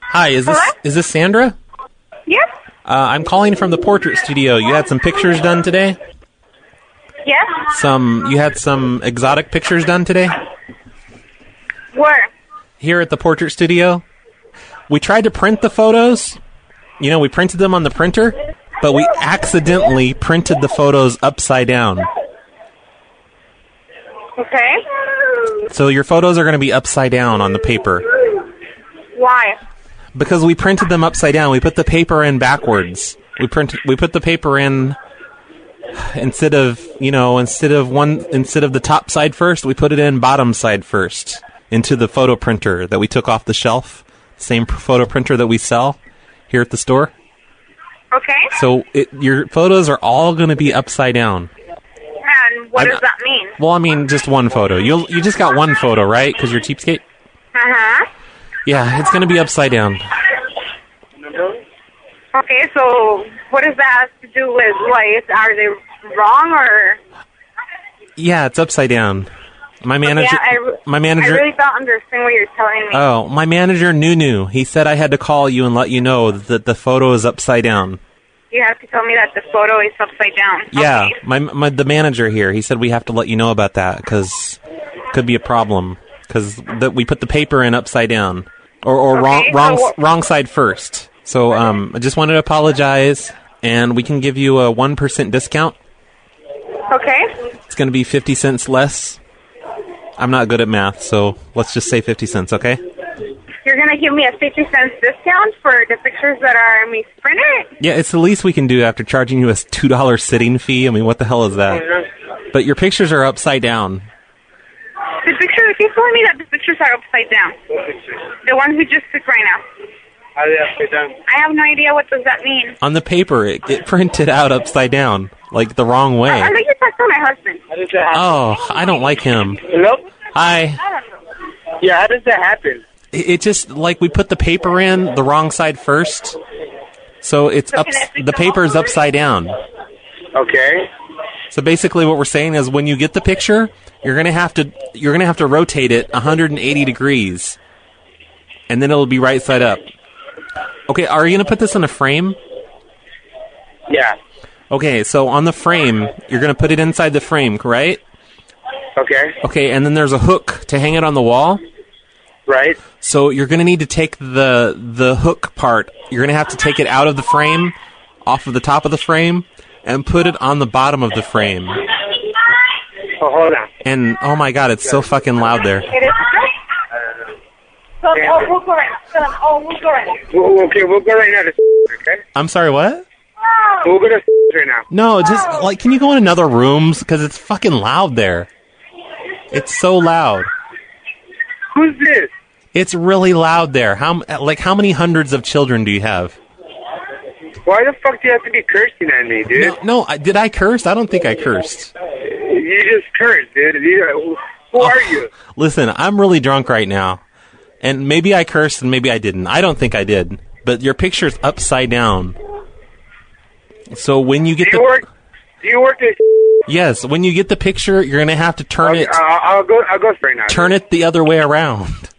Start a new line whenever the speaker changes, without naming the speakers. Hi, is this
Hello?
is this Sandra?
Yes.
Uh, I'm calling from the portrait studio. You had some pictures done today.
Yes.
Some you had some exotic pictures done today
Where?
here at the portrait studio. We tried to print the photos. You know, we printed them on the printer, but we accidentally printed the photos upside down.
Okay.
So your photos are going to be upside down on the paper.
Why?
because we printed them upside down. We put the paper in backwards. We print we put the paper in instead of you know instead of one instead of the top side first, we put it in bottom side first into the photo printer that we took off the shelf. Same pr- photo printer that we sell here at the store.
Okay.
So it, your photos are all going to be upside down.
And what
I'm-
does that mean?
Well, I mean, just one photo. You will you just got one photo, right? Because you're cheapskate.
Uh huh.
Yeah, it's going to be upside down.
Okay. So what does that have to do with like? Are they wrong or?
Yeah, it's upside down. My manager.
yeah, I, re-
my manager.
I really don't understand what you're telling me.
Oh, my manager Nunu. He said I had to call you and let you know that the photo is upside down.
you have to tell me that the photo is upside down.
Yeah,
Okay.
my, my the manager here. He said we have to let you know about that because could be a problem because that we put the paper in upside down or or wrong
Okay, so
wrong
what-
wrong side first. So um, I just wanted to apologize, and we can give you a one percent discount.
Okay.
It's going to be fifty cents less. I'm not good at math, so let's just say fifty cents, okay?
You're gonna give me a fifty cents discount for the pictures that are misprinted.
Yeah, it's the least we can do after charging you a two dollar sitting fee. I mean, what the hell is that? But your pictures are upside down.
The picture. You're telling me that the pictures are upside down. The ones we just took right now. I have no idea what does that mean.
On the paper, it, it printed out upside down, like the wrong way.
I think you talked to my husband.
How does that happen?
Oh, I don't like him.
Hello?
Hi.
I don't know.
Yeah, how does that happen?
It it just like we put the paper in the wrong side first, so it's up. The paper is upside down.
Okay.
So basically, what we're saying is, when you get the picture, you're gonna have to you're gonna have to rotate it 180 degrees, and then it'll be right side up. Okay, are you gonna put this in a frame?
Yeah.
Okay, so on the frame, you're gonna put it inside the frame, right?
Okay.
Okay, and then there's a hook to hang it on the wall.
Right.
So you're gonna need to take the the hook part. You're gonna have to take it out of the frame, off of the top of the frame, and put it on the bottom of the frame.
Oh, hold on.
And oh my god, it's so fucking loud there.
It is so, oh, we'll go right now. Tell him, oh, we'll go right now.
Well, okay, we'll go right now to okay?
I'm sorry, what?
We'll go to right now.
No, just like, can you go in another room? Because it's fucking loud there. It's so loud.
Who's this?
It's really loud there. How m- like how many hundreds of children do you have?
Why the fuck do you have to be cursing at me, dude?
No, no I, did I curse? I don't think I cursed.
You just cursed, dude. You, who are you?
Listen, I'm really drunk right now, and maybe I cursed and maybe I didn't. I don't think I did. But your picture's upside down. So when you get
Do you
the
work? Do you work at?
yes, when you get the picture, you're gonna have to turn
Okay, uh,
it
I'll, I'll go. I'll go right now.
turn it the other way around.